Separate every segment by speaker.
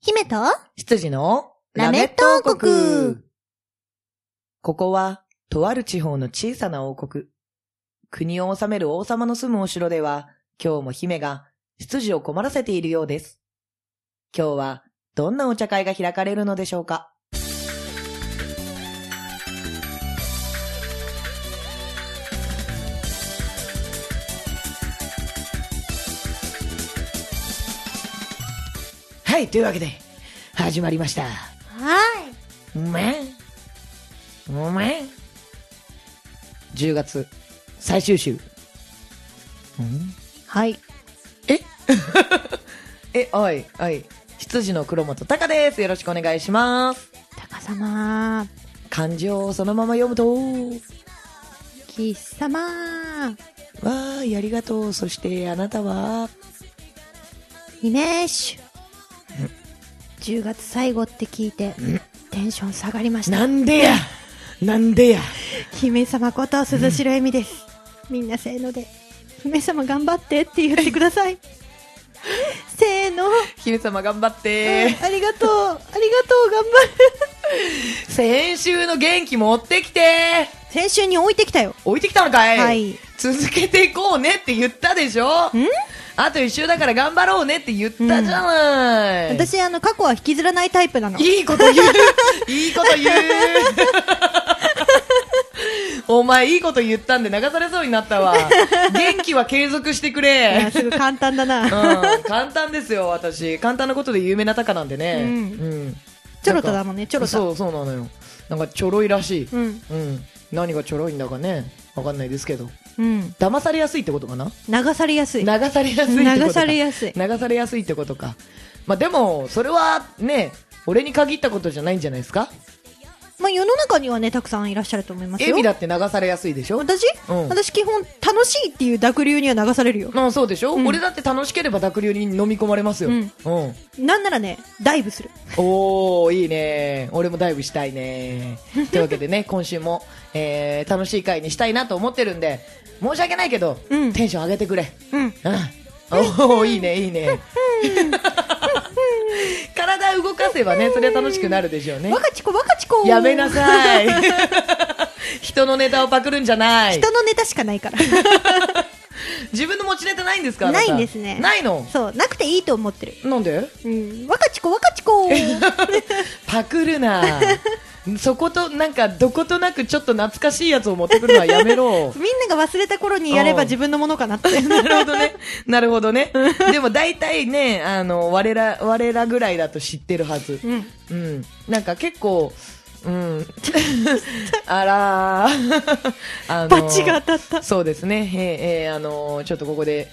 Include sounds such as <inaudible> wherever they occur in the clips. Speaker 1: 姫と
Speaker 2: 羊の
Speaker 1: ラメット王国
Speaker 2: ここは、とある地方の小さな王国。国を治める王様の住むお城では、今日も姫が執事を困らせているようです。今日は、どんなお茶会が開かれるのでしょうかはい、というわけで、始まりました。
Speaker 1: はい。
Speaker 2: うめうめ10月最終週。
Speaker 1: はい。
Speaker 2: え、おい、おい。羊の黒本隆です。よろしくお願いします。
Speaker 1: 高様、
Speaker 2: 漢字をそのまま読むと、
Speaker 1: 貴様、
Speaker 2: わーい、ありがとう。そしてあなたは、
Speaker 1: イメーシュ。10月最後って聞いて、テンション下がりました。
Speaker 2: なんでやなんでや
Speaker 1: 姫様こと鈴代恵美です。みんなせーので、姫様頑張ってって言ってください。せーの、
Speaker 2: <laughs> 姫様頑張っ
Speaker 1: あ
Speaker 2: て。
Speaker 1: りがとう、ありがとう、頑張る。
Speaker 2: <laughs> 先週の元気持ってきて
Speaker 1: 先週に置いてきたよ。
Speaker 2: 置いてきたのかい、
Speaker 1: はい
Speaker 2: 続けていこうねって言ったでしょ
Speaker 1: ん
Speaker 2: あと一周だから頑張ろうねって言ったじゃない、
Speaker 1: 私、あの、過去は引きずらないタイプなの。
Speaker 2: いいこと
Speaker 1: <laughs>
Speaker 2: 言ういいこと言う <laughs> お前いいこと言ったんで流されそうになったわ元気は継続してく
Speaker 1: いや
Speaker 2: れ
Speaker 1: すぐ簡単だ
Speaker 2: うん、
Speaker 1: な。
Speaker 2: 簡単ですよ、私。簡単なことで有名なタカなんでね。
Speaker 1: うん
Speaker 2: うん
Speaker 1: ちょろただもんね、ちょろた。
Speaker 2: そう、そうなのよ。なんかちょろいらしい。
Speaker 1: うん。
Speaker 2: うん。何がちょろいんだかね。わかんないですけど。
Speaker 1: うん。
Speaker 2: 騙されやすいってことかな
Speaker 1: 流されやすい。
Speaker 2: 流されやすいってことか
Speaker 1: 流されやすい。
Speaker 2: 流されやすいってことか。まあでも、それはね、俺に限ったことじゃないんじゃないですか
Speaker 1: まあ、世の中にはね、たくさんいらっしゃると思います
Speaker 2: エ
Speaker 1: よ
Speaker 2: ビ。だって流されやすいでしょ
Speaker 1: 私、
Speaker 2: うん
Speaker 1: 私基本、楽しいっていう濁流には流されるよ。
Speaker 2: うん、そうでしょ、
Speaker 1: うん
Speaker 2: 俺だって楽しければ濁流に飲み込まれますよ。
Speaker 1: う
Speaker 2: うんん。
Speaker 1: なんならね、ダイブする。
Speaker 2: おー、いいね俺もダイブしたいねというわけ
Speaker 1: <laughs>
Speaker 2: でね、今週も、えー、楽しい回にしたいなと思ってるんで、申し訳ないけど、
Speaker 1: うん
Speaker 2: テンション上げてくれ。
Speaker 1: うん。
Speaker 2: うん。おー、いいね、い
Speaker 1: <laughs>
Speaker 2: いね。体動かせばね、それは楽しくなるでしょうね
Speaker 1: わ。かちこ、わかちこ。
Speaker 2: やめな
Speaker 1: さい。
Speaker 2: さい。人のネタをパクるんじゃな
Speaker 1: <laughs>
Speaker 2: い。
Speaker 1: 人のネタしかないから。
Speaker 2: 自分の持ちネタないんですかあた
Speaker 1: ないんですね
Speaker 2: ないの
Speaker 1: そう、なくていいと思ってる。
Speaker 2: なんで
Speaker 1: うん。わかちこ、わかち
Speaker 2: <laughs>
Speaker 1: こ。
Speaker 2: パク
Speaker 1: <laughs>
Speaker 2: るな。そこと、なんか、どことなくちょっと懐かしいやつを持ってくるのはやめろ。
Speaker 1: みんなが忘れた頃にやれば自分のものかなって。
Speaker 2: <laughs> なるほどね。なるほどね。でも大体ね、あの、我ら、我らぐらいだと知ってるはず。
Speaker 1: うん。
Speaker 2: うん。なんか結構、
Speaker 1: <laughs>
Speaker 2: うん。あらー。あのー
Speaker 1: バチが当たった。
Speaker 2: そうですね、えーえーあのーちょっとここで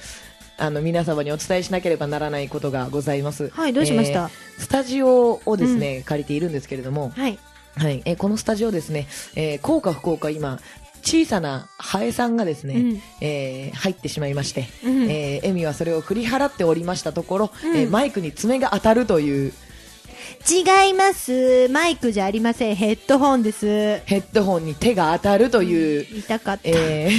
Speaker 2: あの皆様にお伝えしなければならないことがございます。
Speaker 1: はいどうしました
Speaker 2: えースタジオをですね、借りているんですけれども、
Speaker 1: はい。
Speaker 2: はいえーこのスタジオですね、えー、効か不効か今、小さなハエさんがですね、
Speaker 1: うん
Speaker 2: えー入ってしまいまして、
Speaker 1: うん
Speaker 2: えーエミはそれを振り払っておりましたところ、
Speaker 1: うん
Speaker 2: えーマイクに爪が当たるという
Speaker 1: 違います。マイクじゃありません。ヘッドホンです。
Speaker 2: ヘッドホンに手が当たるという、
Speaker 1: 痛かった。
Speaker 2: え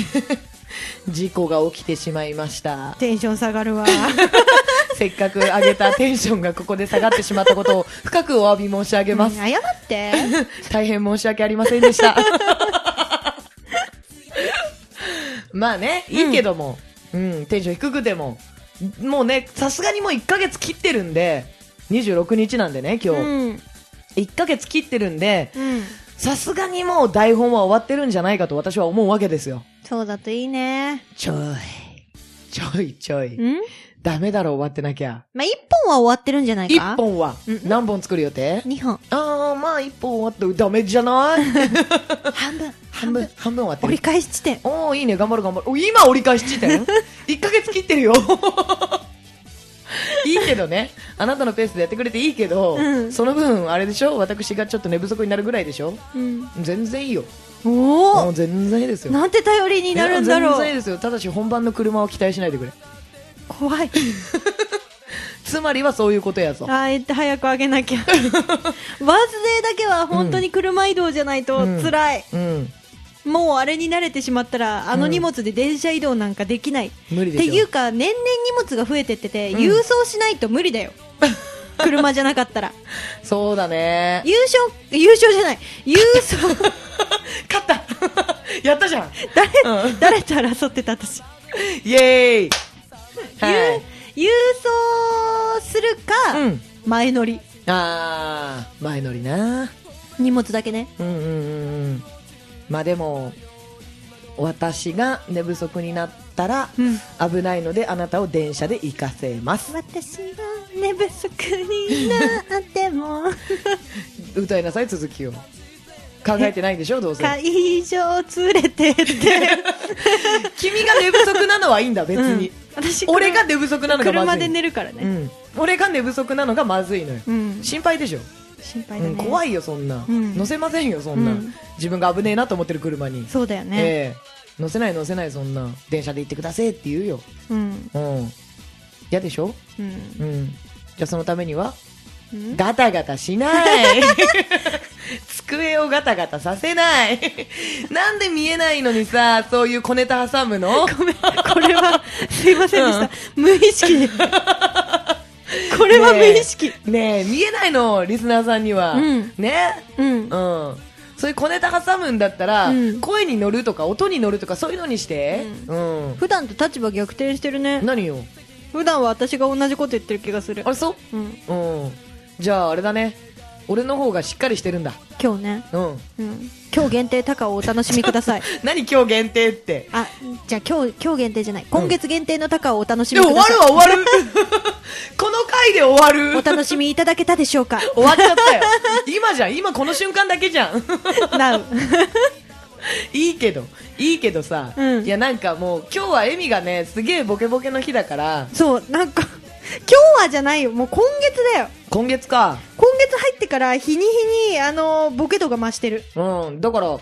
Speaker 1: <laughs>
Speaker 2: ー事故が起きてしまいました。
Speaker 1: テンション下がる
Speaker 2: <laughs>
Speaker 1: わ。
Speaker 2: せっかく上げたテンションがここで下がってしまったことを深くお詫び申し上げます。
Speaker 1: 謝って。
Speaker 2: <laughs> 大変申し訳ありませんでした。 <laughs> まあね、いいけども、うん、テンション低くても、もうね、さすがにもう1ヶ月切ってるんで、26日なんでね、今
Speaker 1: う
Speaker 2: 日。
Speaker 1: ん。
Speaker 2: 1ヶ月切ってるんで、
Speaker 1: うん。
Speaker 2: さすがにもう台本は終わってるんじゃないかと私は思うわけですよ。
Speaker 1: そうだといいね。
Speaker 2: ちょい。ちょいちょい。
Speaker 1: ん
Speaker 2: ダメだろ、終わってなきゃ。
Speaker 1: まあ、一本は終わってるんじゃないか
Speaker 2: 1。本は
Speaker 1: うん
Speaker 2: 何本作る予定
Speaker 1: 二本。
Speaker 2: ああ、まあ一本終わってダメじゃない
Speaker 1: <laughs> 半分。
Speaker 2: 半分、半分終わって
Speaker 1: 折り。
Speaker 2: る
Speaker 1: 返し地点。
Speaker 2: おー、いいね、頑張る頑張る。お今折り返し
Speaker 1: <laughs>
Speaker 2: 地点 ?1 ヶ月切ってるよ。 <laughs> いいけどね。あなたのペースでやってくれていいけど、
Speaker 1: うん
Speaker 2: その分、あれでしょ私がちょっと寝不足になるぐらいでしょ
Speaker 1: うん。
Speaker 2: 全然いいよ。も
Speaker 1: お
Speaker 2: う全然いいです
Speaker 1: お。
Speaker 2: よ。
Speaker 1: なんて頼りになるんだ
Speaker 2: 全然い
Speaker 1: ろ。
Speaker 2: いうですよ。ただし本番の車を期待しないでくれ。
Speaker 1: 怖い。
Speaker 2: つまりはそういうことやぞ。
Speaker 1: あえて早く上げな
Speaker 2: <laughs>
Speaker 1: きゃ。バースデーだけは本当に車移動じゃないと
Speaker 2: うん
Speaker 1: 辛い。
Speaker 2: うん。
Speaker 1: もうあれに慣れてしまったら、あの荷物で電車移動なんかできない。
Speaker 2: 無理
Speaker 1: っ
Speaker 2: で
Speaker 1: て
Speaker 2: しょ。
Speaker 1: いうか、年々荷物が増えてってて、
Speaker 2: うん
Speaker 1: 郵送しないと無理だよ。車じゃなかったら。
Speaker 2: そうだね。
Speaker 1: 優勝、優勝じゃない。郵送、
Speaker 2: 勝った <laughs> やったじゃん
Speaker 1: 誰、
Speaker 2: うん
Speaker 1: 誰と争ってた私。
Speaker 2: イエーイは
Speaker 1: 郵
Speaker 2: い。
Speaker 1: 郵送するか、
Speaker 2: うん。
Speaker 1: 前乗り。
Speaker 2: あー、前乗りな。
Speaker 1: 荷物だけね。
Speaker 2: うんうんうんうん。まあでも、私が寝不足になったら、
Speaker 1: うん
Speaker 2: 危ないのであなたを電車で行かせます。
Speaker 1: 私は寝不足になって
Speaker 2: <laughs>
Speaker 1: も
Speaker 2: 歌いなさい、続きを。考えてないでしょ、どうせ。
Speaker 1: 会場連れてって
Speaker 2: 君が寝不足なのはいいんだ、別に。
Speaker 1: うん私
Speaker 2: <laughs> 俺が寝不足なのがま
Speaker 1: 車
Speaker 2: ずい。
Speaker 1: で寝るからね、
Speaker 2: うん。俺が寝不足なのがまずいのよ。
Speaker 1: うん
Speaker 2: 心配でしょ。
Speaker 1: 心配だ
Speaker 2: う
Speaker 1: ね、
Speaker 2: ん、怖
Speaker 1: い
Speaker 2: いよそんな、
Speaker 1: うん
Speaker 2: 乗せませんよそんな、
Speaker 1: うん
Speaker 2: 自分が危ねえなと思ってる車に、
Speaker 1: そうだよね、
Speaker 2: ええ乗せない乗せないそんな電車で行ってくださいって言うよ
Speaker 1: うん
Speaker 2: うん嫌でしょ
Speaker 1: うん
Speaker 2: うんじゃあそのためには
Speaker 1: うん
Speaker 2: ガタガタしない <laughs> 机をガタガタさせない <laughs> なんで見えないのにさそういう小ネタ挟むの
Speaker 1: ごめんこれはすいませんでした、無意識
Speaker 2: <laughs>
Speaker 1: でこれは無意識、
Speaker 2: ねえねえ見えないのリスナーさんには、
Speaker 1: うん
Speaker 2: ね
Speaker 1: うん
Speaker 2: うん、そういう小ネタ挟むんだったら、
Speaker 1: うん
Speaker 2: 声に乗るとか音に乗るとかそういうのにして、うん
Speaker 1: 普段と立場逆転してるね
Speaker 2: 何よ
Speaker 1: 普段は私が同じこと言ってる気がする
Speaker 2: あれそ
Speaker 1: う
Speaker 2: う、
Speaker 1: ん
Speaker 2: うん、じゃああれだね俺の方がしっかりしてるんだ、
Speaker 1: 今日ね、
Speaker 2: うん、
Speaker 1: うん、今日限定高をお楽しみくだ <laughs> さい
Speaker 2: 何今日限定って
Speaker 1: あ、じゃあ今日、今日限定じゃない。今月限定の高をお楽し
Speaker 2: で
Speaker 1: み
Speaker 2: も
Speaker 1: く
Speaker 2: 終
Speaker 1: だ
Speaker 2: わ
Speaker 1: さい。
Speaker 2: るは終わる <laughs> この回で終わる
Speaker 1: お楽しみいただけたでしょうか
Speaker 2: 終わっちゃったよ <laughs> 今じゃん今この瞬間だけじゃん
Speaker 1: <laughs>
Speaker 2: <laughs>
Speaker 1: なう。
Speaker 2: いいけどいいけどさ、
Speaker 1: うん
Speaker 2: いやなんかもう今日はエミがねすげえボケボケの日だから
Speaker 1: そう、なんか、今日はじゃないよ。もう今月だよ。
Speaker 2: 今月か
Speaker 1: 今月入ってから日に日に、あのボケ度が増してる。
Speaker 2: うんだから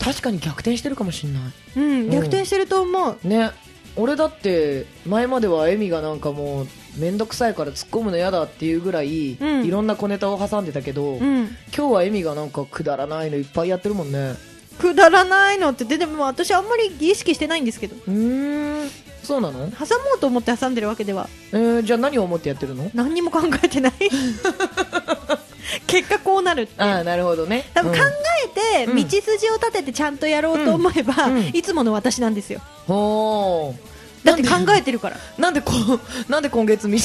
Speaker 2: 確かに逆転してるかもしんない
Speaker 1: うん、
Speaker 2: ん
Speaker 1: 逆転してると思う。
Speaker 2: ね俺だって前まではエミがなんかもう面倒くさいから突っ込むの嫌だっていうぐらい、
Speaker 1: うん
Speaker 2: いろんな小ネタを挟んでたけど、
Speaker 1: うん。
Speaker 2: 今日はエミがなんかくだらないのいっぱいやってるもんね
Speaker 1: くだらないのって、ででも私あんまり意識してないんですけど。
Speaker 2: うーんそうなの、
Speaker 1: 挟もうと思って挟んでるわけでは、
Speaker 2: えーじゃあ何を思ってやってるの
Speaker 1: 何にも考え
Speaker 2: <laughs>
Speaker 1: てない。結果こうなるっていう
Speaker 2: ああなるほどね
Speaker 1: 多分考えて、
Speaker 2: うん
Speaker 1: 道筋を立ててちゃんとやろうと思えば、
Speaker 2: うんうん
Speaker 1: いつもの私なんですよ。
Speaker 2: うんほ
Speaker 1: だって考えてるから。
Speaker 2: ー <laughs> なんでこうなんで今月道 <laughs> 道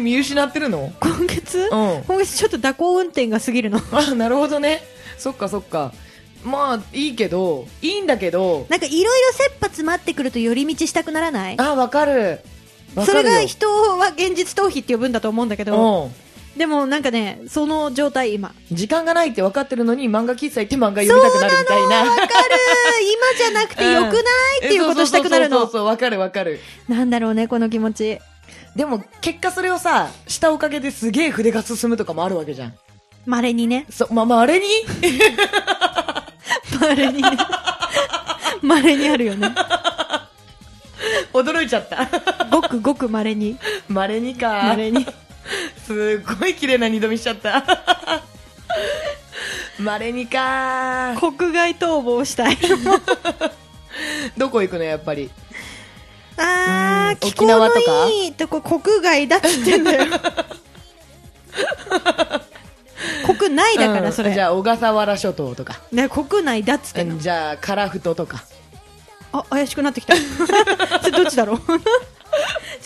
Speaker 2: 見失ってるの
Speaker 1: 今月、
Speaker 2: うん
Speaker 1: 今月ちょっと蛇行運転が過ぎるの。
Speaker 2: あなるほどねそっかそっかまあいいけどいいんだけど
Speaker 1: なんかいろいろ切羽詰まってくると寄り道したくならない
Speaker 2: あわかるわ
Speaker 1: そ
Speaker 2: か
Speaker 1: れ
Speaker 2: る
Speaker 1: が
Speaker 2: よ
Speaker 1: 人は現実逃避って呼ぶんだと思うんだけど、
Speaker 2: うん
Speaker 1: でもなんかね、その状態今。
Speaker 2: 時間がないって分かってるのに漫画喫茶行って漫画読みたくなるみたいな。 <laughs>
Speaker 1: わかる今じゃなくてよくない、っていうことしたくなる
Speaker 2: そう
Speaker 1: の
Speaker 2: そう。そうそう、分かる分かる。
Speaker 1: なんだろうね、この気持ち。
Speaker 2: でも結果それをさ、したおかげですげえ筆が進むとかもあるわけじゃん。
Speaker 1: 稀にね。
Speaker 2: そ、ま、まあ、あれに
Speaker 1: 稀にね。稀にあるよね。
Speaker 2: 驚いちゃった。 <laughs>
Speaker 1: ごくごく稀に。
Speaker 2: まれにか。
Speaker 1: 稀に。
Speaker 2: すっごい綺麗な二度見しちゃ <laughs> った。まれにか。
Speaker 1: 国外逃亡したい。
Speaker 2: どこ行くのやっぱり。
Speaker 1: あ
Speaker 2: う
Speaker 1: ー、
Speaker 2: ん
Speaker 1: 気候
Speaker 2: 沖縄とか
Speaker 1: のいいとこ国外だっつってんだよ。国内だか
Speaker 2: うん
Speaker 1: らそれ、
Speaker 2: じゃあ小笠原諸島とか。
Speaker 1: ね、国内だっつってんの、
Speaker 2: じゃあ、カラフトとか。
Speaker 1: あ怪しくなってきた <laughs> それどっちだろう <laughs> ちょっ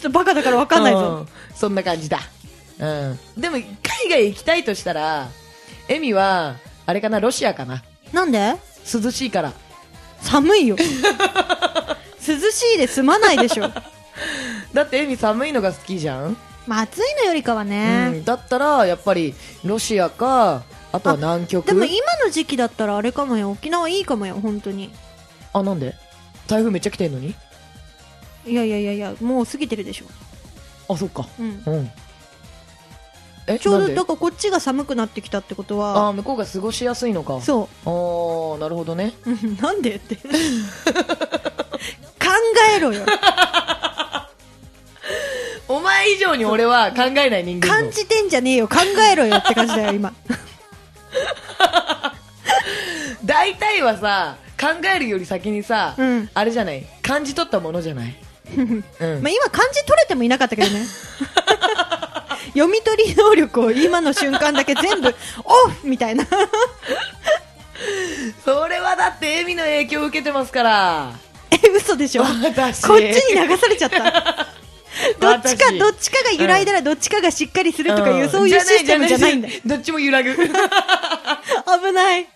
Speaker 1: とバカだから分かんないぞ、
Speaker 2: うんそんな感じだ。うん。でも、海外行きたいとしたら、エミは、あれかな、ロシアかな。
Speaker 1: なんで
Speaker 2: 涼しいから。
Speaker 1: 寒いよ <laughs> 涼しいで済まないでしょ
Speaker 2: だってエミ寒いのが好きじゃん、
Speaker 1: まあ暑いのよりかは
Speaker 2: う
Speaker 1: ね、
Speaker 2: ん。だったら、やっぱり、ロシアか、あとは南極。
Speaker 1: でも今の時期だったらあれかもよ沖縄いいかもよ本当に
Speaker 2: あ、なんで台風めっちゃ来てんのに
Speaker 1: いやいやいやいやもう過ぎてるでしょ、
Speaker 2: あ、そっか。
Speaker 1: うん、
Speaker 2: うん。え、
Speaker 1: ちょう
Speaker 2: な
Speaker 1: ど
Speaker 2: んで
Speaker 1: だからこっちが寒くなってきたってことは
Speaker 2: あ、向こうが過ごしやすいのか。
Speaker 1: そ
Speaker 2: ああ、なるほどね。
Speaker 1: ううんなんでって <laughs> 考えろよ
Speaker 2: お前以上に俺は考えない人間
Speaker 1: 感じてんじゃねえよ考えろよって感じだよ今
Speaker 2: 大体はさ考えるより先にさ、
Speaker 1: うん。
Speaker 2: あれじゃない感じ取ったものじゃ
Speaker 1: <laughs>
Speaker 2: ないうん、
Speaker 1: まあ、今漢字取れてもいなかったけどね。 <laughs> 読み取り能力を今の瞬間だけ全部オフみたいな。 <laughs>
Speaker 2: それはだってエミの影響を受けてますから
Speaker 1: え、嘘でしょこっ
Speaker 2: 私
Speaker 1: ちに流されちゃった。どっちか、
Speaker 2: 私
Speaker 1: どっちかが揺らいだらどっちかがしっかりするとかいう、
Speaker 2: ん
Speaker 1: そういうシステムじゃないんだ。
Speaker 2: どっちも揺ら
Speaker 1: <laughs>
Speaker 2: ぐ <laughs>
Speaker 1: 危ない。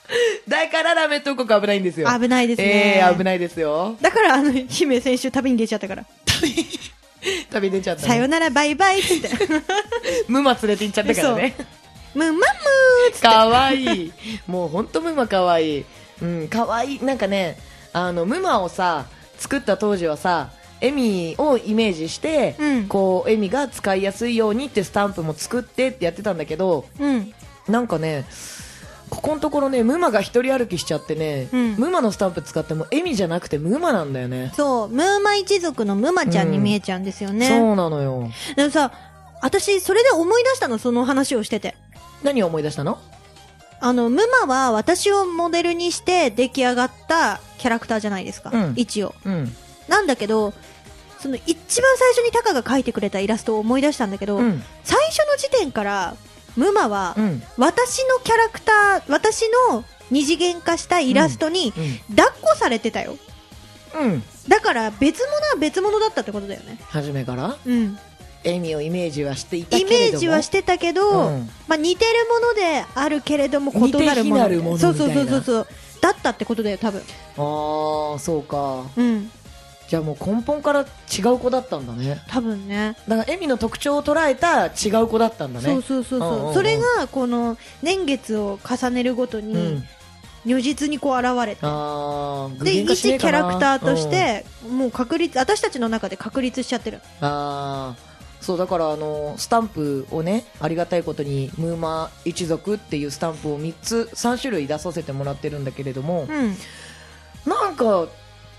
Speaker 2: だからラメット国危ないんですよ
Speaker 1: 危ないですね
Speaker 2: えー、危ないですよ
Speaker 1: だから、あの、姫先週旅に出ちゃったから。
Speaker 2: 旅出ちゃったね
Speaker 1: さよなら、バイバイっつって。 <laughs>
Speaker 2: ムマ連れて行っちゃったからね
Speaker 1: ムンマンムーっつって。
Speaker 2: かわいいもうほんとムマかわいいうんかわいいなんかねあのムマをさ作った当時はさエミをイメージして、
Speaker 1: うん
Speaker 2: こうエミが使いやすいようにってスタンプも作ってってやってたんだけど
Speaker 1: うん。
Speaker 2: なんかねここのところねムマが一人歩きしちゃってね、
Speaker 1: うん
Speaker 2: ムマのスタンプ使ってもエミじゃなくてムマなんだよね
Speaker 1: そう、ムーマ一族のムマちゃんに見えちゃうんですよね。
Speaker 2: そうなのよ
Speaker 1: でもさ、私、それで思い出したの、その話をしてて。
Speaker 2: 何を思い出したの
Speaker 1: あの、ムマは私をモデルにして出来上がったキャラクターじゃないですか。
Speaker 2: うん
Speaker 1: 一応。
Speaker 2: うん、
Speaker 1: なんだけど、その一番最初にタカが描いてくれたイラストを思い出したんだけど、
Speaker 2: うん
Speaker 1: 最初の時点から、ムマは
Speaker 2: う、ん
Speaker 1: 私のキャラクター、私の二次元化したイラストに
Speaker 2: う
Speaker 1: 抱っこされてたよ。
Speaker 2: んうん
Speaker 1: だから別物は別物だったってことだよね。
Speaker 2: 初めから
Speaker 1: うん。
Speaker 2: エミをイメージはしていたけ
Speaker 1: イ
Speaker 2: れども
Speaker 1: メージはしてたけど、
Speaker 2: うん
Speaker 1: まあ、似てるものであるけれども異なるもの
Speaker 2: 似て非なるものみ
Speaker 1: そ
Speaker 2: たいうな
Speaker 1: そうそうそうそうだったってことだよ多分
Speaker 2: ああそうか
Speaker 1: うん
Speaker 2: じゃあもう根本から違う子だったんだね
Speaker 1: 多分ね
Speaker 2: だからエミの特徴を捉えた違う子だったんだね
Speaker 1: そうそうそうそう,、
Speaker 2: うんうんうん
Speaker 1: それがこの年月を重ねるごと
Speaker 2: う
Speaker 1: に
Speaker 2: ん、
Speaker 1: 如実にこう現れて、
Speaker 2: あー具
Speaker 1: で
Speaker 2: 現化
Speaker 1: 一
Speaker 2: し
Speaker 1: キ
Speaker 2: ねえか
Speaker 1: ャ
Speaker 2: な
Speaker 1: ラクターとし
Speaker 2: うん
Speaker 1: て、もう確立私たちの中で確立しちゃってる
Speaker 2: あーそうだからあのスタンプをねありがたいことにムーマ一族っていうスタンプを3つ3種類出させてもらってるんだけれど
Speaker 1: う
Speaker 2: も、
Speaker 1: ん
Speaker 2: なんか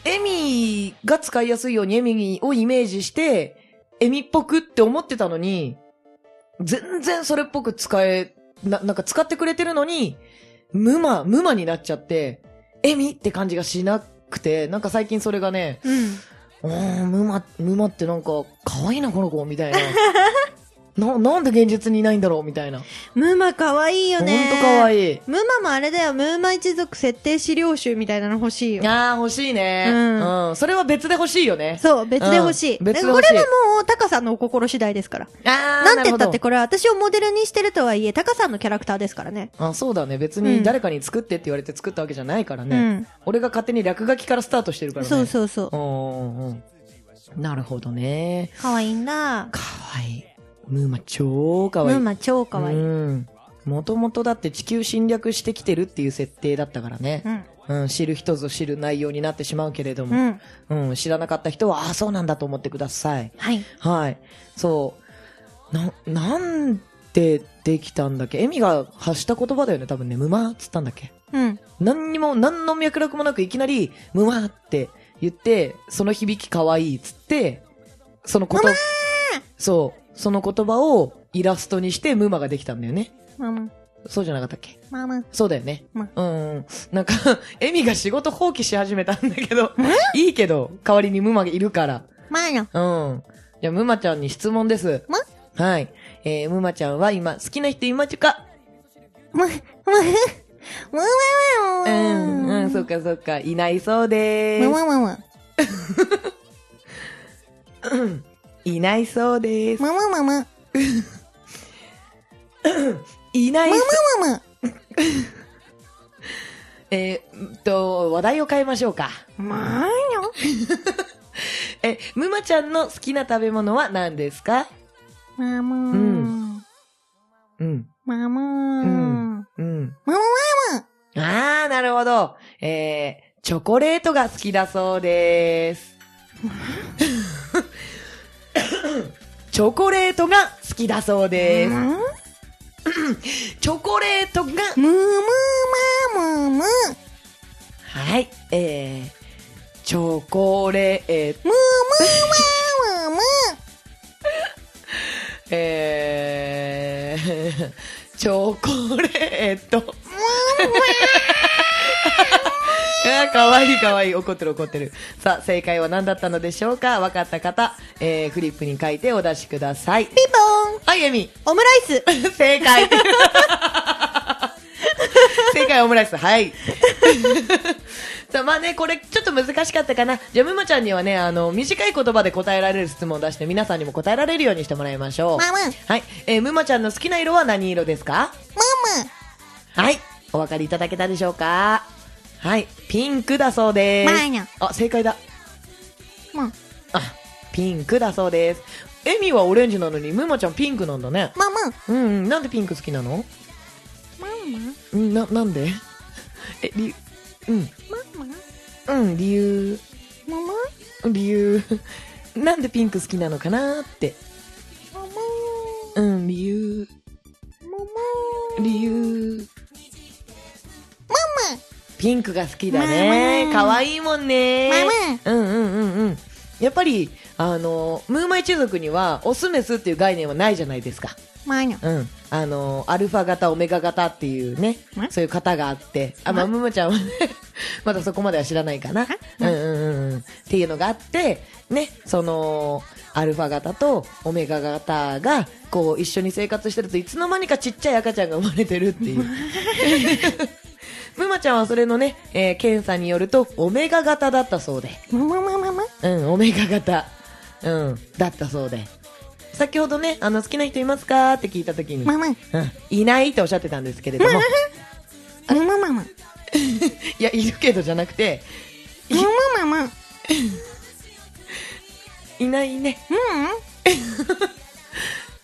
Speaker 2: エミが使いやすいようにエミをイメージしてエミっぽくって思ってたのに全然それっぽく使えななんか使ってくれてるのにムマムマになっちゃってエミって感じがしなくてなんか最近それがね
Speaker 1: うん
Speaker 2: うーん、ムマ、ムマってなんか、可愛いな、この子、みたいな。
Speaker 1: <laughs>
Speaker 2: な、なんで現実にいないんだろう、みたいな。
Speaker 1: ムマ可愛い
Speaker 2: ほ
Speaker 1: よ
Speaker 2: んと
Speaker 1: ね
Speaker 2: 可愛い。
Speaker 1: ムマもあれだよムーマ一族設定資料集みたいなの欲しいよ
Speaker 2: あー、欲しいね。
Speaker 1: う
Speaker 2: うんん。それは別で欲しいよね。
Speaker 1: そう別で欲しい、
Speaker 2: うん別で欲しい
Speaker 1: これはもうタカさんのお心次第ですから
Speaker 2: あー、
Speaker 1: なんて言ったって
Speaker 2: なる
Speaker 1: これは私をモデルにしてるとはいえ、タカさんのキャラクターですからね。
Speaker 2: ほどあ、そうだね。別
Speaker 1: うん
Speaker 2: に誰かに作ってって言われて作ったわけじゃないからね。俺が勝手に落書きからスタートしてるか
Speaker 1: う
Speaker 2: ら
Speaker 1: ん。
Speaker 2: ね。
Speaker 1: そうそうそう。
Speaker 2: う。んうんうん。なるほどね。
Speaker 1: かわいいな
Speaker 2: 可愛い。ムマ、超可
Speaker 1: ム
Speaker 2: 愛い。
Speaker 1: ーマ超かわいい。うん。
Speaker 2: うん。もともとだって地球侵略してきてるっていう設定だったからね。うん、知る人ぞ知る内容になってしまうけれど
Speaker 1: う
Speaker 2: も、
Speaker 1: ん。
Speaker 2: うん、知らなかった人は、ああ、そうなんだと思ってください。
Speaker 1: はい。
Speaker 2: はい。そう。な、なんでできたんだっけエミが発した言葉だよね、多分ね、ムマっつったんだっけ
Speaker 1: うん。
Speaker 2: 何にも、何の脈絡もなくいきなり、ムマって言って、その響き可愛いっつって、そのこと、そう、その言葉をイラストにしてムマができたんだよね。
Speaker 1: ママ、
Speaker 2: そうじゃなかったっけ
Speaker 1: ママ。
Speaker 2: そうだよね。
Speaker 1: ま
Speaker 2: うんうん。なんか、 <laughs> エミが仕事放棄し始めたんだけど、いいけど、代わりにムマがいるから。
Speaker 1: マヨ。
Speaker 2: うん。じゃあ、ムマちゃんに質問です。
Speaker 1: ま
Speaker 2: はい。えー、ムマちゃんは今、好きな人いまちゅか
Speaker 1: マ、マ、マ、マ
Speaker 2: う
Speaker 1: ヨ。
Speaker 2: ん、うん、そうかそうか、いないそうで
Speaker 1: マ
Speaker 2: ー
Speaker 1: マ
Speaker 2: す。
Speaker 1: ママ。
Speaker 2: いないそうです。
Speaker 1: ママママ。ママ
Speaker 2: いないそ
Speaker 1: ママ。
Speaker 2: えー、うんと、話題を変えましょうか。
Speaker 1: マヨ。
Speaker 2: え、ムマちゃんの好きな食べ物は何ですか
Speaker 1: ママ。
Speaker 2: んうん。
Speaker 1: マ
Speaker 2: う
Speaker 1: マ
Speaker 2: ん。うん。
Speaker 1: ママ
Speaker 2: ああ、なるほど。えー、チョコレートが好きだそうです。 <laughs> チョコレートが好きだそうで
Speaker 1: ママ。
Speaker 2: す。チョコレートが、
Speaker 1: ムームーマームームー。
Speaker 2: はい、えー、チョコレート、
Speaker 1: ムームーマームームー。
Speaker 2: え <laughs> ー、チョコレート。 <laughs> あーかわいいかわいい。怒ってる怒ってる。さあ、正解は何だったのでしょうかわかった方、えー、フリップに書いてお出しください。
Speaker 1: ピンポーン
Speaker 2: はい、エミ。
Speaker 1: オムライス
Speaker 2: <laughs> 正解。正解はオムライス。 <laughs> はい。さあ、まあね、これちょっと難しかったかな。じゃあ、ムムちゃんにはね、あの、短い言葉で答えられる質問を出して、皆さんにも答えられるようにしてもらいましょう。
Speaker 1: ママ
Speaker 2: はい。えー、ムマちゃんの好きな色は何色ですかはい。お分かりいただけたでしょうかはい。ピンクだそうです。
Speaker 1: マーニャ
Speaker 2: あ、正解だ。
Speaker 1: ママ
Speaker 2: あ、ピンクだそうです。エミはオレンジなのに、ムマちゃんピンクなんだね。
Speaker 1: ママ
Speaker 2: うんうん、なんでピンク好きなの
Speaker 1: ママ
Speaker 2: うんな、なんで <laughs> え、理由、うん、
Speaker 1: ママ
Speaker 2: うん、理由、
Speaker 1: ママ
Speaker 2: 理由、 <laughs> なんでピンク好きなのかなって。
Speaker 1: ママ
Speaker 2: うん、理由、
Speaker 1: ママ
Speaker 2: 理由。ピンクが好きだ
Speaker 1: マ
Speaker 2: ね。
Speaker 1: マ
Speaker 2: かわいいもんね。
Speaker 1: ママ
Speaker 2: うんうんうんうん。やっぱり、あの、ムーマイ一族には、オスメスっていう概念はないじゃないですか。
Speaker 1: マーニャ
Speaker 2: うん。あの、アルファ型、オメガ型っていうね
Speaker 1: ん、
Speaker 2: そういう型があって、あ、まあ、
Speaker 1: ん
Speaker 2: ムムちゃんはね、 <laughs> まだそこまでは知らないかな。うんうんうんうん。っていうのがあって、ね、その、アルファ型とオメガ型が、こう、一緒に生活してると、いつの間にかちっちゃい赤ちゃんが生まれてるっていう。ムマちゃんはそれのね、えー検査によると、オメガ型だったそうで。
Speaker 1: マママママ
Speaker 2: うん、オメガ型。うん、だったそうで。先ほどね、あの、好きな人いますかって聞いたときに。
Speaker 1: ママ
Speaker 2: うん、 <laughs> いないっておっしゃってたんですけれど <laughs> も、
Speaker 1: マママママ
Speaker 2: いや、いるけどじゃなくて、
Speaker 1: マママ
Speaker 2: いないね。
Speaker 1: う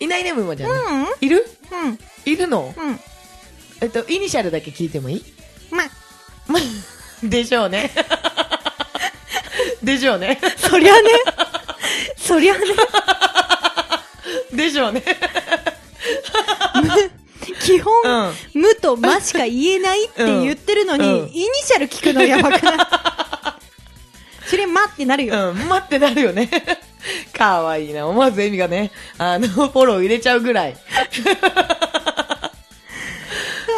Speaker 2: いないね、ムモちゃんね、
Speaker 1: んうん
Speaker 2: い
Speaker 1: う
Speaker 2: る
Speaker 1: ん
Speaker 2: いるの
Speaker 1: うん
Speaker 2: えっと、イニシャルだけ聞いてもいい
Speaker 1: ま
Speaker 2: でしょうね。でしょうね。
Speaker 1: そりゃねそりゃね
Speaker 2: でしょうね。
Speaker 1: <laughs> 基本、
Speaker 2: うん
Speaker 1: 無とましか言えないって言ってるのに、
Speaker 2: うんうん
Speaker 1: イニシャル聞くのやば
Speaker 2: <laughs>
Speaker 1: くないそれ、まってなるよ。
Speaker 2: うん、待ってなるよね。かわいいな。思わずエミがね、あの、フォロー入れちゃうぐらい。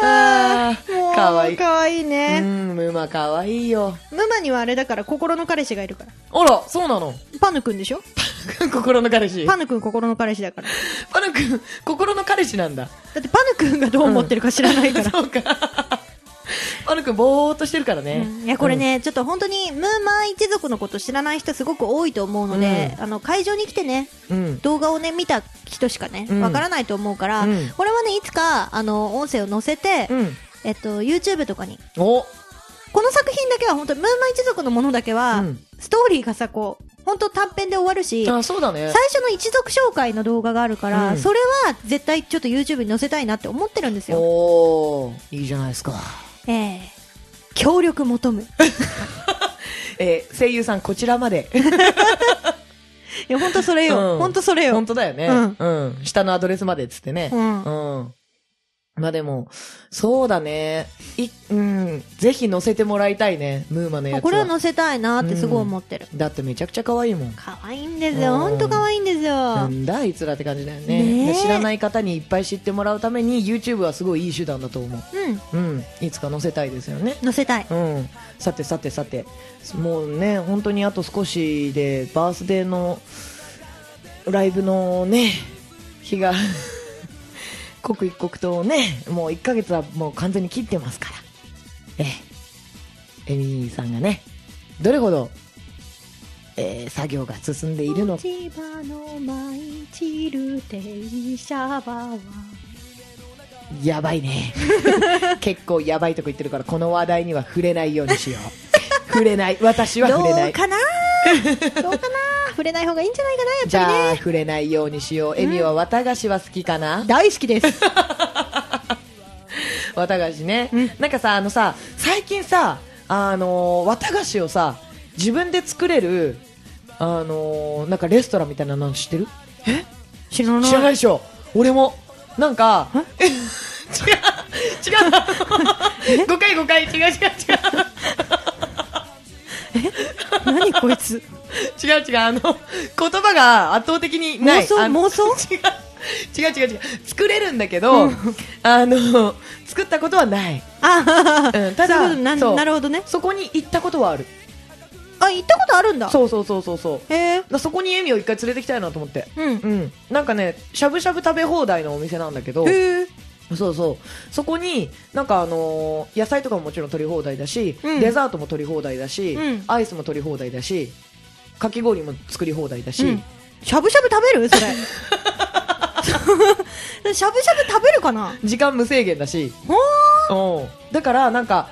Speaker 2: あ
Speaker 1: もう
Speaker 2: <laughs> ーかわいい。
Speaker 1: かわいいうね。
Speaker 2: ん、ムマかわいいよ。
Speaker 1: ママにはあれだから、心の彼氏がいるから。
Speaker 2: あら、そうなの。 <laughs>
Speaker 1: パヌくんでしょ
Speaker 2: 心の彼氏。
Speaker 1: パヌくん心の彼氏だから。
Speaker 2: パヌ君、心の彼氏なんだ。
Speaker 1: だってパヌくんがどう思ってるか知らないから。
Speaker 2: <laughs> そうか。パヌ君、ぼーっとしてるからね。
Speaker 1: うんいやこれね、ちょっと本当にムーマン一族のこと知らない人すごく多いと思うので、あの会場に来てね
Speaker 2: うん。うん。
Speaker 1: 動画をね見た人しかね
Speaker 2: うん
Speaker 1: わからないと思うから、
Speaker 2: うん
Speaker 1: これはねいつかあの音声を載せて、
Speaker 2: うん。
Speaker 1: えっと YouTube とかに
Speaker 2: お
Speaker 1: この作品だけは本当ムーマン一族のものだけは、
Speaker 2: うん
Speaker 1: ストーリーがさこう本当短編で終わるし最
Speaker 2: あ、そうだね。
Speaker 1: 初の一族紹介の動画があるから、
Speaker 2: うん
Speaker 1: それは絶対ちょっと YouTube に載せたいなって思ってるんですよ。
Speaker 2: おー、いいじゃないですか。
Speaker 1: ええ協力求む。
Speaker 2: えー声優さん、こちらまで。
Speaker 1: いや、本当それよ。
Speaker 2: うん
Speaker 1: 本当それよ
Speaker 2: <laughs> 本。当だよね。うん。下のアドレスまでっつってね。
Speaker 1: うん
Speaker 2: うん。まあでも、そうだね。い、うん。ぜひ乗せてもらいたいね。ムーマのやつ
Speaker 1: これは載せたいなってすごい思ってる。
Speaker 2: だってめちゃくちゃ可愛いもん。
Speaker 1: 可愛いんですよ。
Speaker 2: うん
Speaker 1: 本当可愛いんです
Speaker 2: な
Speaker 1: よ。
Speaker 2: んだあいつらって感じだよ
Speaker 1: ね
Speaker 2: ね
Speaker 1: え
Speaker 2: で知らない方にいっぱい知ってもらうために YouTube はすごいいい手段だと思
Speaker 1: うん。
Speaker 2: う、うん、いつか載せたいですよね、
Speaker 1: 載せたい。
Speaker 2: うん、さてさてさてもうね本当にあと少しでバースデーのライブのね日が <laughs> 刻一刻とねもう1ヶ月はもう完全に切ってますからええエミさんがねどれほど、えー作業が進んでいるの
Speaker 1: 落
Speaker 2: か
Speaker 1: ち葉の舞い散る停車場は。
Speaker 2: やばいね <laughs> 結構やばいとこ言ってるからこの話題には触れないようにしよう触れない私は
Speaker 1: ど
Speaker 2: 触れな
Speaker 1: う
Speaker 2: い <laughs>
Speaker 1: かなどうかな触れない方がいいんじゃないかなやっ
Speaker 2: じ
Speaker 1: ぱり
Speaker 2: ゃあ
Speaker 1: ね。
Speaker 2: 触れないようにしようエミは綿菓子は好きかな、
Speaker 1: 大好きです。
Speaker 2: <laughs> 綿菓子ね、
Speaker 1: うん
Speaker 2: なんかさあのさ最近さあのー綿菓子をさ自分で作れるあのーなんかレストランみたいなの知ってる
Speaker 1: 知ら
Speaker 2: 知らない
Speaker 1: い。
Speaker 2: でしょ俺もなんか違う違う誤解誤解違う違う違う
Speaker 1: 何こい
Speaker 2: <laughs>
Speaker 1: つ。
Speaker 2: 違う違う、あの、言葉が圧倒的にない。
Speaker 1: 妄想
Speaker 2: あの
Speaker 1: 妄
Speaker 2: <laughs>
Speaker 1: 想
Speaker 2: 違う違う違う違う。作れるんだけど、あの、作ったことはない。
Speaker 1: ああ、
Speaker 2: うんた
Speaker 1: そう
Speaker 2: だ
Speaker 1: いうことな
Speaker 2: そう
Speaker 1: なるほどね。
Speaker 2: そこに行ったことはある
Speaker 1: あ、行ったことあるんだ。
Speaker 2: そうそうそうそうそうだか
Speaker 1: へえ。
Speaker 2: らそこにエミを一回連れてきたいなと思って
Speaker 1: うん。
Speaker 2: うんなんかねしゃぶしゃぶ食べ放題のお店なんだけど
Speaker 1: へえ。
Speaker 2: そうそうそこになんかあのー野菜とかももちろん取り放題だし、
Speaker 1: うん
Speaker 2: デザートも取り放題だし、
Speaker 1: うん
Speaker 2: アイスも取り放題だしかき氷も作り放題だし、
Speaker 1: うんしゃぶしゃぶ食べるそれ。
Speaker 2: <laughs>
Speaker 1: しゃぶしゃぶ食べるかな
Speaker 2: 時間無制限だし
Speaker 1: ほ
Speaker 2: うんだからなんか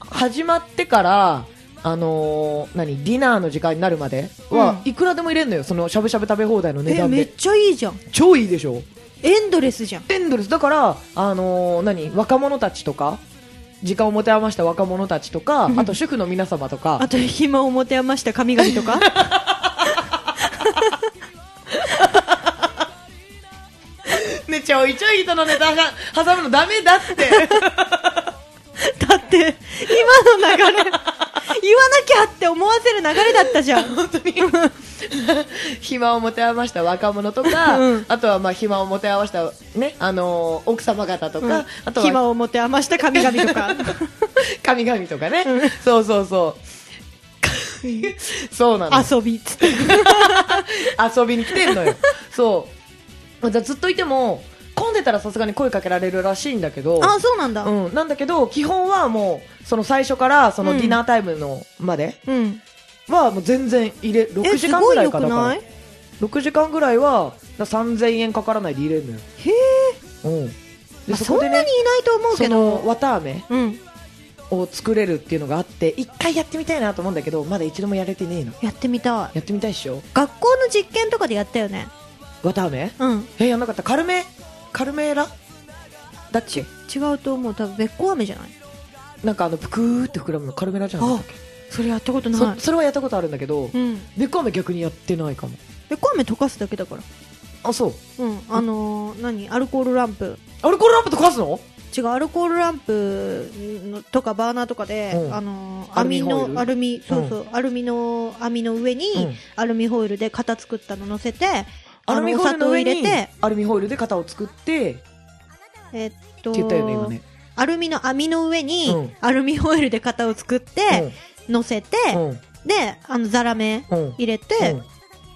Speaker 2: 始まってからあのー何ディナーの時間になるまでは、
Speaker 1: うん
Speaker 2: いくらでも入れるのよそのしゃぶしゃぶ食べ放題の値
Speaker 1: え、
Speaker 2: 段
Speaker 1: めっ
Speaker 2: で
Speaker 1: ちゃいいじゃん。
Speaker 2: 超いいでしょ
Speaker 1: エンドレスじゃん。
Speaker 2: エンドレスだから、あのー何若者たちとか時間を持て余した若者たちと <laughs> かあと主婦の皆様とか
Speaker 1: あと、暇を持て余した神々とか
Speaker 2: ね、ちょいちょい人のネタが挟むのダメだって。 <laughs>
Speaker 1: だって、今の流れ、言わなきゃって思わせる流れだったじ
Speaker 2: <laughs>
Speaker 1: ゃん。
Speaker 2: 本当に。暇を持て余した若者とか、
Speaker 1: うん
Speaker 2: あとはまあ暇を持て余した、ね、あのー奥様方とか、
Speaker 1: うん
Speaker 2: あとは
Speaker 1: 暇を持て余した神々と
Speaker 2: <laughs>
Speaker 1: か。
Speaker 2: 神々とかね。
Speaker 1: うん
Speaker 2: そうそうそう。そうなの。
Speaker 1: 遊びっつって。
Speaker 2: 遊びに来てんの <laughs> よ。そう。だずっといても、混んでたらさすがに声かけられるらしいんだけど、
Speaker 1: あ、そうなんだ。
Speaker 2: うん、なんだけど、基本はもう、その最初から、そのディナータイムのまで、
Speaker 1: うん。
Speaker 2: はもう全然入れ
Speaker 1: え、
Speaker 2: 6時
Speaker 1: す
Speaker 2: 間
Speaker 1: ご
Speaker 2: ぐ
Speaker 1: い
Speaker 2: らい
Speaker 1: 良
Speaker 2: か
Speaker 1: く
Speaker 2: だから
Speaker 1: ない
Speaker 2: 6時間ぐらいはだ3000円かからないで入れるのよ
Speaker 1: へえ。
Speaker 2: うんで
Speaker 1: まあ
Speaker 2: そ
Speaker 1: そん
Speaker 2: こ
Speaker 1: な
Speaker 2: で
Speaker 1: にいな
Speaker 2: ね
Speaker 1: いと思う
Speaker 2: そ
Speaker 1: けど。
Speaker 2: の綿あめ
Speaker 1: うん。
Speaker 2: を作れるっていうのがあって一回やってみたいなと思うんだけどまだ一度もやれてねえの
Speaker 1: やってみたい。
Speaker 2: やってみたいっしょ
Speaker 1: 学校の実験とかでやったよね。
Speaker 2: 綿あめ
Speaker 1: うん。
Speaker 2: えやんなかったカルメカルメラだっけ
Speaker 1: 違うと思う。多分、べっこ飴じゃない
Speaker 2: なんかあのぷくーって膨らむのカルメラじゃん
Speaker 1: あ、それやったことな
Speaker 2: そ
Speaker 1: い。
Speaker 2: それはやったことあるんだけど
Speaker 1: うん。
Speaker 2: べっこあめ逆にやってないかも
Speaker 1: べっこ飴溶かすだけだから。
Speaker 2: あそう
Speaker 1: うん。あのー、何アルコールランプ。
Speaker 2: アルコールランプと壊すの
Speaker 1: 違うアルコールランプのとかバーナーとかで、
Speaker 2: うん
Speaker 1: あのー
Speaker 2: アルミ
Speaker 1: 網
Speaker 2: ホイル
Speaker 1: のアルミそうそう、アルミの網の上に、
Speaker 2: うん
Speaker 1: アルミホイルで型作ったの乗せてあ
Speaker 2: アルミ
Speaker 1: のお
Speaker 2: ホ
Speaker 1: 砂
Speaker 2: イルの
Speaker 1: 糖
Speaker 2: 上
Speaker 1: 入れ
Speaker 2: に
Speaker 1: て
Speaker 2: アルミホイルで型を作ってって
Speaker 1: えっと
Speaker 2: 言ったよね今ね
Speaker 1: アルミの網の上に、
Speaker 2: うん
Speaker 1: アルミホイルで型を作って、乗せて、
Speaker 2: うんうん
Speaker 1: であのザラメ
Speaker 2: うん
Speaker 1: 入れて、
Speaker 2: うん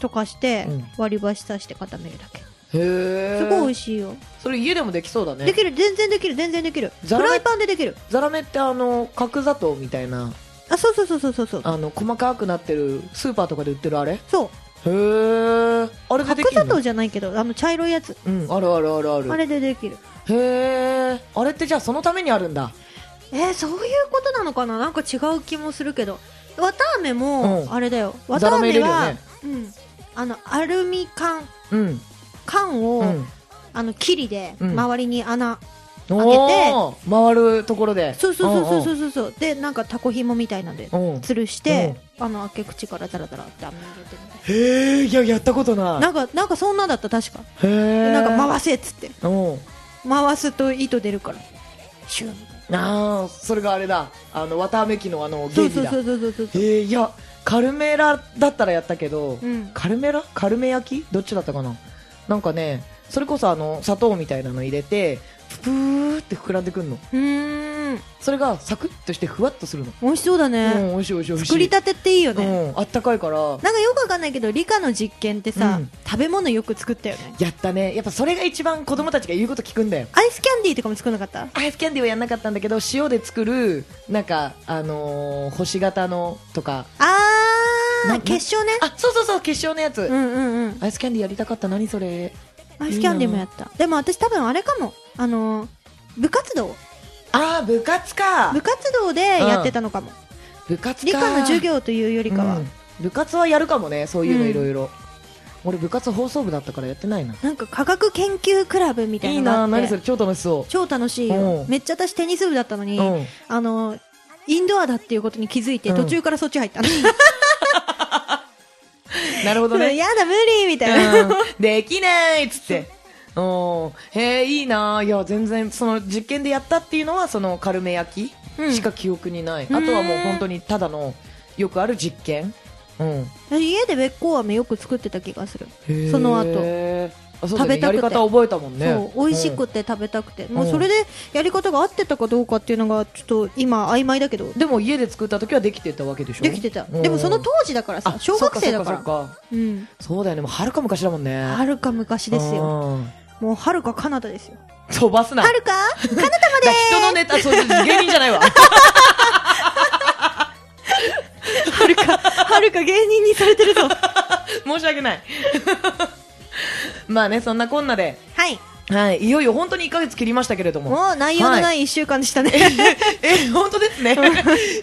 Speaker 1: 溶かして、
Speaker 2: うん
Speaker 1: 割り箸刺して固めるだけ
Speaker 2: へえ
Speaker 1: すごい美味しいよ、
Speaker 2: それ家でもできそうだね
Speaker 1: できる全然できる全然できるフ
Speaker 2: ザラメ
Speaker 1: ライパンでできる
Speaker 2: ザラメってあの角砂糖みたいな
Speaker 1: あそうそうそうそうそうそう
Speaker 2: あの細かくなってるスーパーとかで売ってるあれへ
Speaker 1: そう
Speaker 2: えあれで
Speaker 1: 角
Speaker 2: できる
Speaker 1: 砂
Speaker 2: の
Speaker 1: 糖じゃないけどあの茶色いやつ
Speaker 2: うんあるあるあるある
Speaker 1: あれでできる
Speaker 2: へえあれってじゃあそのためにあるんだ
Speaker 1: えー、そういうことなのかななんか違う気もするけど綿あめも、
Speaker 2: うん
Speaker 1: あれだよ
Speaker 2: ザ
Speaker 1: 綿
Speaker 2: ラ
Speaker 1: あ
Speaker 2: メ入
Speaker 1: め
Speaker 2: れるよ
Speaker 1: は、
Speaker 2: ね
Speaker 1: うん、あのアルミ缶
Speaker 2: うん
Speaker 1: 缶を、
Speaker 2: うん
Speaker 1: あの切りで
Speaker 2: うん
Speaker 1: 周りに穴、
Speaker 2: おー回るところで
Speaker 1: そうそうそうそうそうそうでなんかタコ紐みたいなんで
Speaker 2: うんうんうん
Speaker 1: 吊るして、あの開け口からザラザラって網に入れてみたい
Speaker 2: へえいややったこと
Speaker 1: な
Speaker 2: な
Speaker 1: なんかなんかそんなだった確か、
Speaker 2: いへえ
Speaker 1: なんか回せっつって
Speaker 2: うん
Speaker 1: 回すと糸出るからシュン
Speaker 2: ああそれがあれだあの綿あめ機のあの
Speaker 1: そ
Speaker 2: ゲ
Speaker 1: う
Speaker 2: ージ
Speaker 1: そう
Speaker 2: だ
Speaker 1: そうそうそうそう
Speaker 2: へえいやカルメラだったらやったけど、
Speaker 1: うん
Speaker 2: カルメラカルメ焼きどっちだったかななんかねそれこそあの砂糖みたいなの入れてプーって膨らんでくるの
Speaker 1: うーん
Speaker 2: それがサクッとしてふわっとするの、
Speaker 1: 美味しそうだね、
Speaker 2: うん美味しい美味しい美味しい
Speaker 1: 作りたてっていいよね、
Speaker 2: うんあったかいから
Speaker 1: なんかよくわかんないけど理科の実験ってさ、
Speaker 2: うん
Speaker 1: 食べ物よく作ったよね
Speaker 2: やったねやっぱそれが一番子供たちが言うこと聞くんだよ
Speaker 1: アイスキャンディーとかも作んなかった
Speaker 2: アイスキャンディーはやんなかったんだけど塩で作るなんかあのー星型のとか
Speaker 1: あ
Speaker 2: な
Speaker 1: ー結晶ね
Speaker 2: あそうそうそう結晶のやつ、
Speaker 1: うんうんうん
Speaker 2: アイスキャンディーやりたかった何それ
Speaker 1: アイスキャンディーもやったでも私多分あれかもあのー部活動
Speaker 2: ああ部活か
Speaker 1: 部活動でやってたのかも、
Speaker 2: 部活か
Speaker 1: 理科の授業というよりかは、
Speaker 2: うん部活はやるかもねそういうの
Speaker 1: うん
Speaker 2: いろいろ俺部活放送部だったからやってないな
Speaker 1: なんか科学研究クラブみた
Speaker 2: い
Speaker 1: い
Speaker 2: い
Speaker 1: なの
Speaker 2: な
Speaker 1: があっ
Speaker 2: 何
Speaker 1: て
Speaker 2: それ超楽しそ
Speaker 1: 超楽しいよ
Speaker 2: うん
Speaker 1: めっちゃ私テニス部だったのに、
Speaker 2: ううん
Speaker 1: あのーインドアだっていうことに気づいて
Speaker 2: うん
Speaker 1: 途中からそっち入ったの、
Speaker 2: なるほど
Speaker 1: <laughs>
Speaker 2: ね
Speaker 1: やだ無理みたいな、
Speaker 2: うんできないっつってうんへえいいないや全然その実験でやったっていうのはそのカルメ焼
Speaker 1: うん
Speaker 2: きしか記憶にないあ
Speaker 1: うん
Speaker 2: とはもう本当にただのよくある実験うん
Speaker 1: 家でべっこう飴よく作ってた気がする
Speaker 2: へー
Speaker 1: その後
Speaker 2: へあそうだよね
Speaker 1: 食べたくて
Speaker 2: やり方覚えたもんね。
Speaker 1: そう美味し
Speaker 2: うん
Speaker 1: くて食べたくて、もううんそれでやり方が合ってたかどうかっていうのがちょっと今曖昧だけど
Speaker 2: でも家で作った時はできてたわけでしょ
Speaker 1: できてた
Speaker 2: うん
Speaker 1: でもその当時だからさ
Speaker 2: あ
Speaker 1: 小学生だから
Speaker 2: そっそっそっ
Speaker 1: うん
Speaker 2: そうだよね。もうはるか昔だもんね。
Speaker 1: はるか昔ですよ
Speaker 2: うん。
Speaker 1: もうはるか彼方ですよ
Speaker 2: 飛ばすな。
Speaker 1: はるか
Speaker 2: だから人の
Speaker 1: <laughs>
Speaker 2: ネタ、そう、芸人じゃないわ。 <laughs>
Speaker 1: はるか <laughs> はるか芸人にされてるぞは
Speaker 2: 申し訳ない。 <laughs> まあね、そんなこんなで。
Speaker 1: い
Speaker 2: <laughs> はい。いよいよ本当に1ヶ月切りましたけれども。
Speaker 1: もう内容のない1週間でしたね
Speaker 2: え、本当です
Speaker 1: <laughs>
Speaker 2: ね。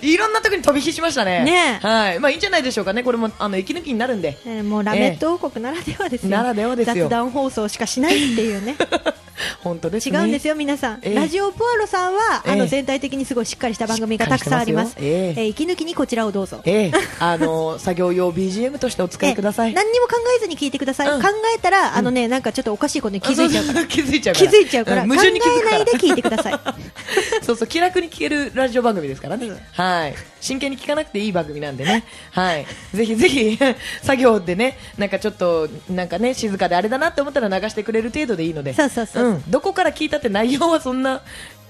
Speaker 2: いろんなとこに飛び火しましたね。
Speaker 1: ねえ
Speaker 2: はい。まあいいんじゃないでしょうかね。これも、あの、息抜きになるんで。
Speaker 1: <laughs> えーもうラメット王国ならではですよ
Speaker 2: ならではですよ
Speaker 1: 雑談放送しかしないっていうね
Speaker 2: 本当です
Speaker 1: 違
Speaker 2: ね。
Speaker 1: うんです
Speaker 2: よ。
Speaker 1: よ皆さん、
Speaker 2: ええ
Speaker 1: ラジオポアロさんは、あ
Speaker 2: え
Speaker 1: の
Speaker 2: え
Speaker 1: 全体的にすごいしっかりした番組がたくさんあります
Speaker 2: しっかりしてますよえ
Speaker 1: えー息抜きにこちらをどうぞ
Speaker 2: ええ、あの、作業用 BGM としてお使いください。
Speaker 1: え何にも考えずに聞いてください、
Speaker 2: うん
Speaker 1: 考えたらあのね、なんかちょっとおかしいことに気づいちゃうから
Speaker 2: ら。気づいちゃうか
Speaker 1: 気
Speaker 2: ら。
Speaker 1: づいちゃうから、
Speaker 2: ん
Speaker 1: 考
Speaker 2: 矛
Speaker 1: え
Speaker 2: 盾に気づくか
Speaker 1: な
Speaker 2: ら
Speaker 1: いで聞いてくだ
Speaker 2: <laughs>
Speaker 1: さい
Speaker 2: そうそう、気楽に聞けるラジオ番組ですからね。はい。真剣に聞かなくていい番組なんでね。はい。ぜひぜひ、作業でね、なんかちょっと、なんかね、静かであれだなって思ったら流してくれる程度でいいので。
Speaker 1: そうそうそう
Speaker 2: うん。どこから聞いたって内容はそんな、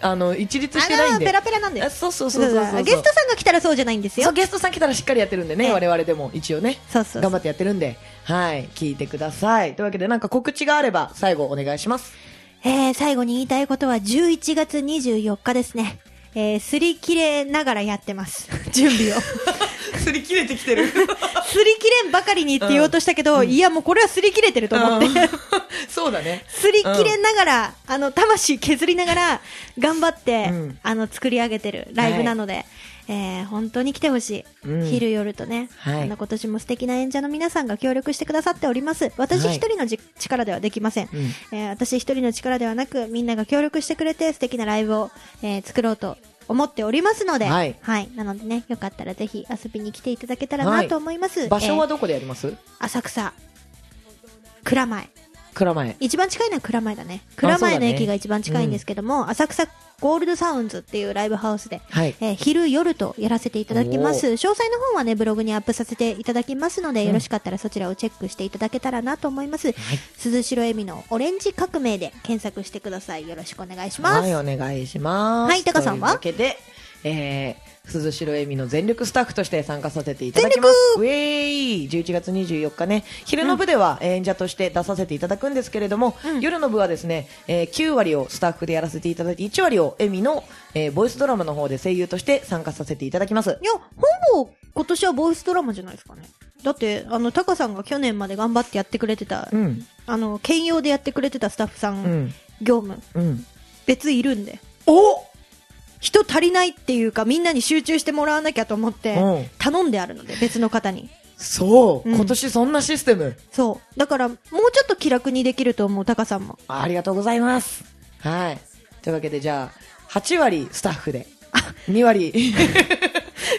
Speaker 2: あの、一律してない
Speaker 1: あ
Speaker 2: ん
Speaker 1: の
Speaker 2: で。
Speaker 1: ペラペラなんで
Speaker 2: あ
Speaker 1: す
Speaker 2: そうそうそうそうそうそう。
Speaker 1: ゲストさんが来たらそうじゃないんです
Speaker 2: そ
Speaker 1: よ
Speaker 2: うゲストさん来たらしっかりやってるんでね、
Speaker 1: ええ
Speaker 2: 我々でも一応ね
Speaker 1: そうそうそう
Speaker 2: 頑張ってやってるんで、はい、聞いてください。というわけで、なんか告知があれば、最後お願いし <laughs> ます。
Speaker 1: えー最後に言いたいことは11月24日ですねえー、すり切れながらやって
Speaker 2: <laughs>
Speaker 1: ます。準 <laughs> 備を。す
Speaker 2: すり切れてきて <laughs> る。
Speaker 1: り切れんばかりにって言おうとしたけど、いやもうこれはすり切れてると思って。
Speaker 2: <laughs> そうだね。
Speaker 1: すり切れながら、あの、魂削りながら、頑張って、
Speaker 2: うん
Speaker 1: あの、作り上げてるライブなので、えー本当に来てほしい。
Speaker 2: うん
Speaker 1: 昼夜とね、
Speaker 2: はい
Speaker 1: あの、今年も素敵な演者の皆さんが協力してくださっております。私
Speaker 2: はい
Speaker 1: 一人のじ、力ではできません。
Speaker 2: うん
Speaker 1: えー私一人の力ではなく、みんなが協力してくれて、素敵なライブを、えー作ろうと思っておりますので、
Speaker 2: はい
Speaker 1: なのでね、よかったらぜひ遊びに来ていただけたら
Speaker 2: は
Speaker 1: ないと思います。
Speaker 2: 場所は
Speaker 1: えー
Speaker 2: どこでやります
Speaker 1: 浅草、蔵前。
Speaker 2: 蔵前。
Speaker 1: 一番近いのは蔵前だね蔵前の
Speaker 2: そうだね
Speaker 1: 駅が一番近いんですけども、浅草ゴールドサウンズっていうライブハウスで、
Speaker 2: はい。
Speaker 1: えー昼夜とやらせていただきます詳細の方はねブログにアップさせていただきますので、
Speaker 2: ん
Speaker 1: よろしかったらそちらをチェックしていただけたらなと思います、鈴代恵美のオレンジ革命で検索してくださいよろしくお願いします、
Speaker 2: はい、お願いします。
Speaker 1: はいタカさんは
Speaker 2: というわけで、えー、鈴代恵美の全力スタッフとして参加させていただきます。ウェイ !11 月24日ね、昼の部では演者として出させていただくんですけれども、
Speaker 1: うん
Speaker 2: 夜の部はですね、えー9割をスタッフでやらせていただいて、1割を恵美の、えーボイスドラマの方で声優として参加させていただきます。
Speaker 1: いやほぼ今年はボイスドラマじゃないですかねだってあのタカさんが去年まで頑張ってやってくれてた、
Speaker 2: うん、
Speaker 1: あの兼用でやってくれてたスタッフさ
Speaker 2: うんん、
Speaker 1: 業務、
Speaker 2: うん。
Speaker 1: 別いるんで
Speaker 2: お
Speaker 1: 人足りないっていうかみんなに集中してもらわなきゃと思って、
Speaker 2: うん
Speaker 1: 頼んであるので別の方に
Speaker 2: そう、
Speaker 1: うん
Speaker 2: 今年そんなシステム。
Speaker 1: そうだからもうちょっと気楽にできると思うタカさん
Speaker 2: <laughs>
Speaker 1: も
Speaker 2: ありがとうございます。はい。というわけで、じゃあ、8割スタッフで、2割、 <laughs>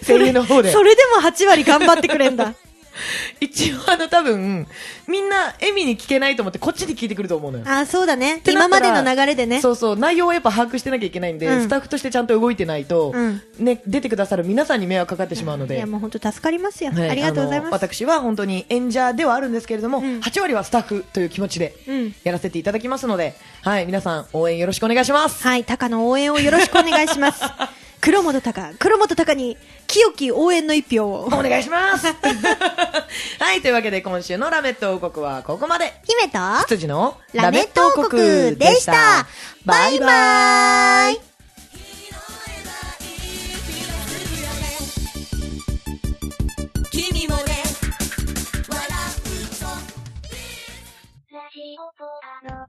Speaker 2: 声優の方で
Speaker 1: そ。れでも8割頑張ってくれんだ
Speaker 2: 一応、あの、多分、みんな、エミに聞けないと思って、こっちに聞いてくると <laughs> 思うのよ。
Speaker 1: あそうだね
Speaker 2: ってな
Speaker 1: 今
Speaker 2: った
Speaker 1: ま
Speaker 2: ら
Speaker 1: での流れでね
Speaker 2: そうそう、内容をやっぱ把握してなきゃいけないんで、
Speaker 1: うん
Speaker 2: スタッフとしてちゃんと動いてないと、
Speaker 1: うん
Speaker 2: ね、出てくださる皆さんに迷惑かかってしまうので。
Speaker 1: やもう本当助かりますよ、
Speaker 2: はい
Speaker 1: ありがとうござい
Speaker 2: あ
Speaker 1: ま
Speaker 2: の
Speaker 1: す
Speaker 2: 私は本当に演者ではあるんですけれども、
Speaker 1: うん
Speaker 2: 8割はスタッフという気持ちで
Speaker 1: うん
Speaker 2: やらせていただきますので、はい、皆さん応援よろしくお願いします。
Speaker 1: はいタカの応援をよろしくお願いし
Speaker 2: <laughs>
Speaker 1: ます黒本タカ黒本タカに清き応援の一票を
Speaker 2: <laughs> お願いしますはい、というわけで今週のラメット王国はここまで
Speaker 1: 姫と
Speaker 2: 羊の
Speaker 1: ラメット王国でした
Speaker 2: バイバイ
Speaker 3: 君もね笑うとラジオポアロ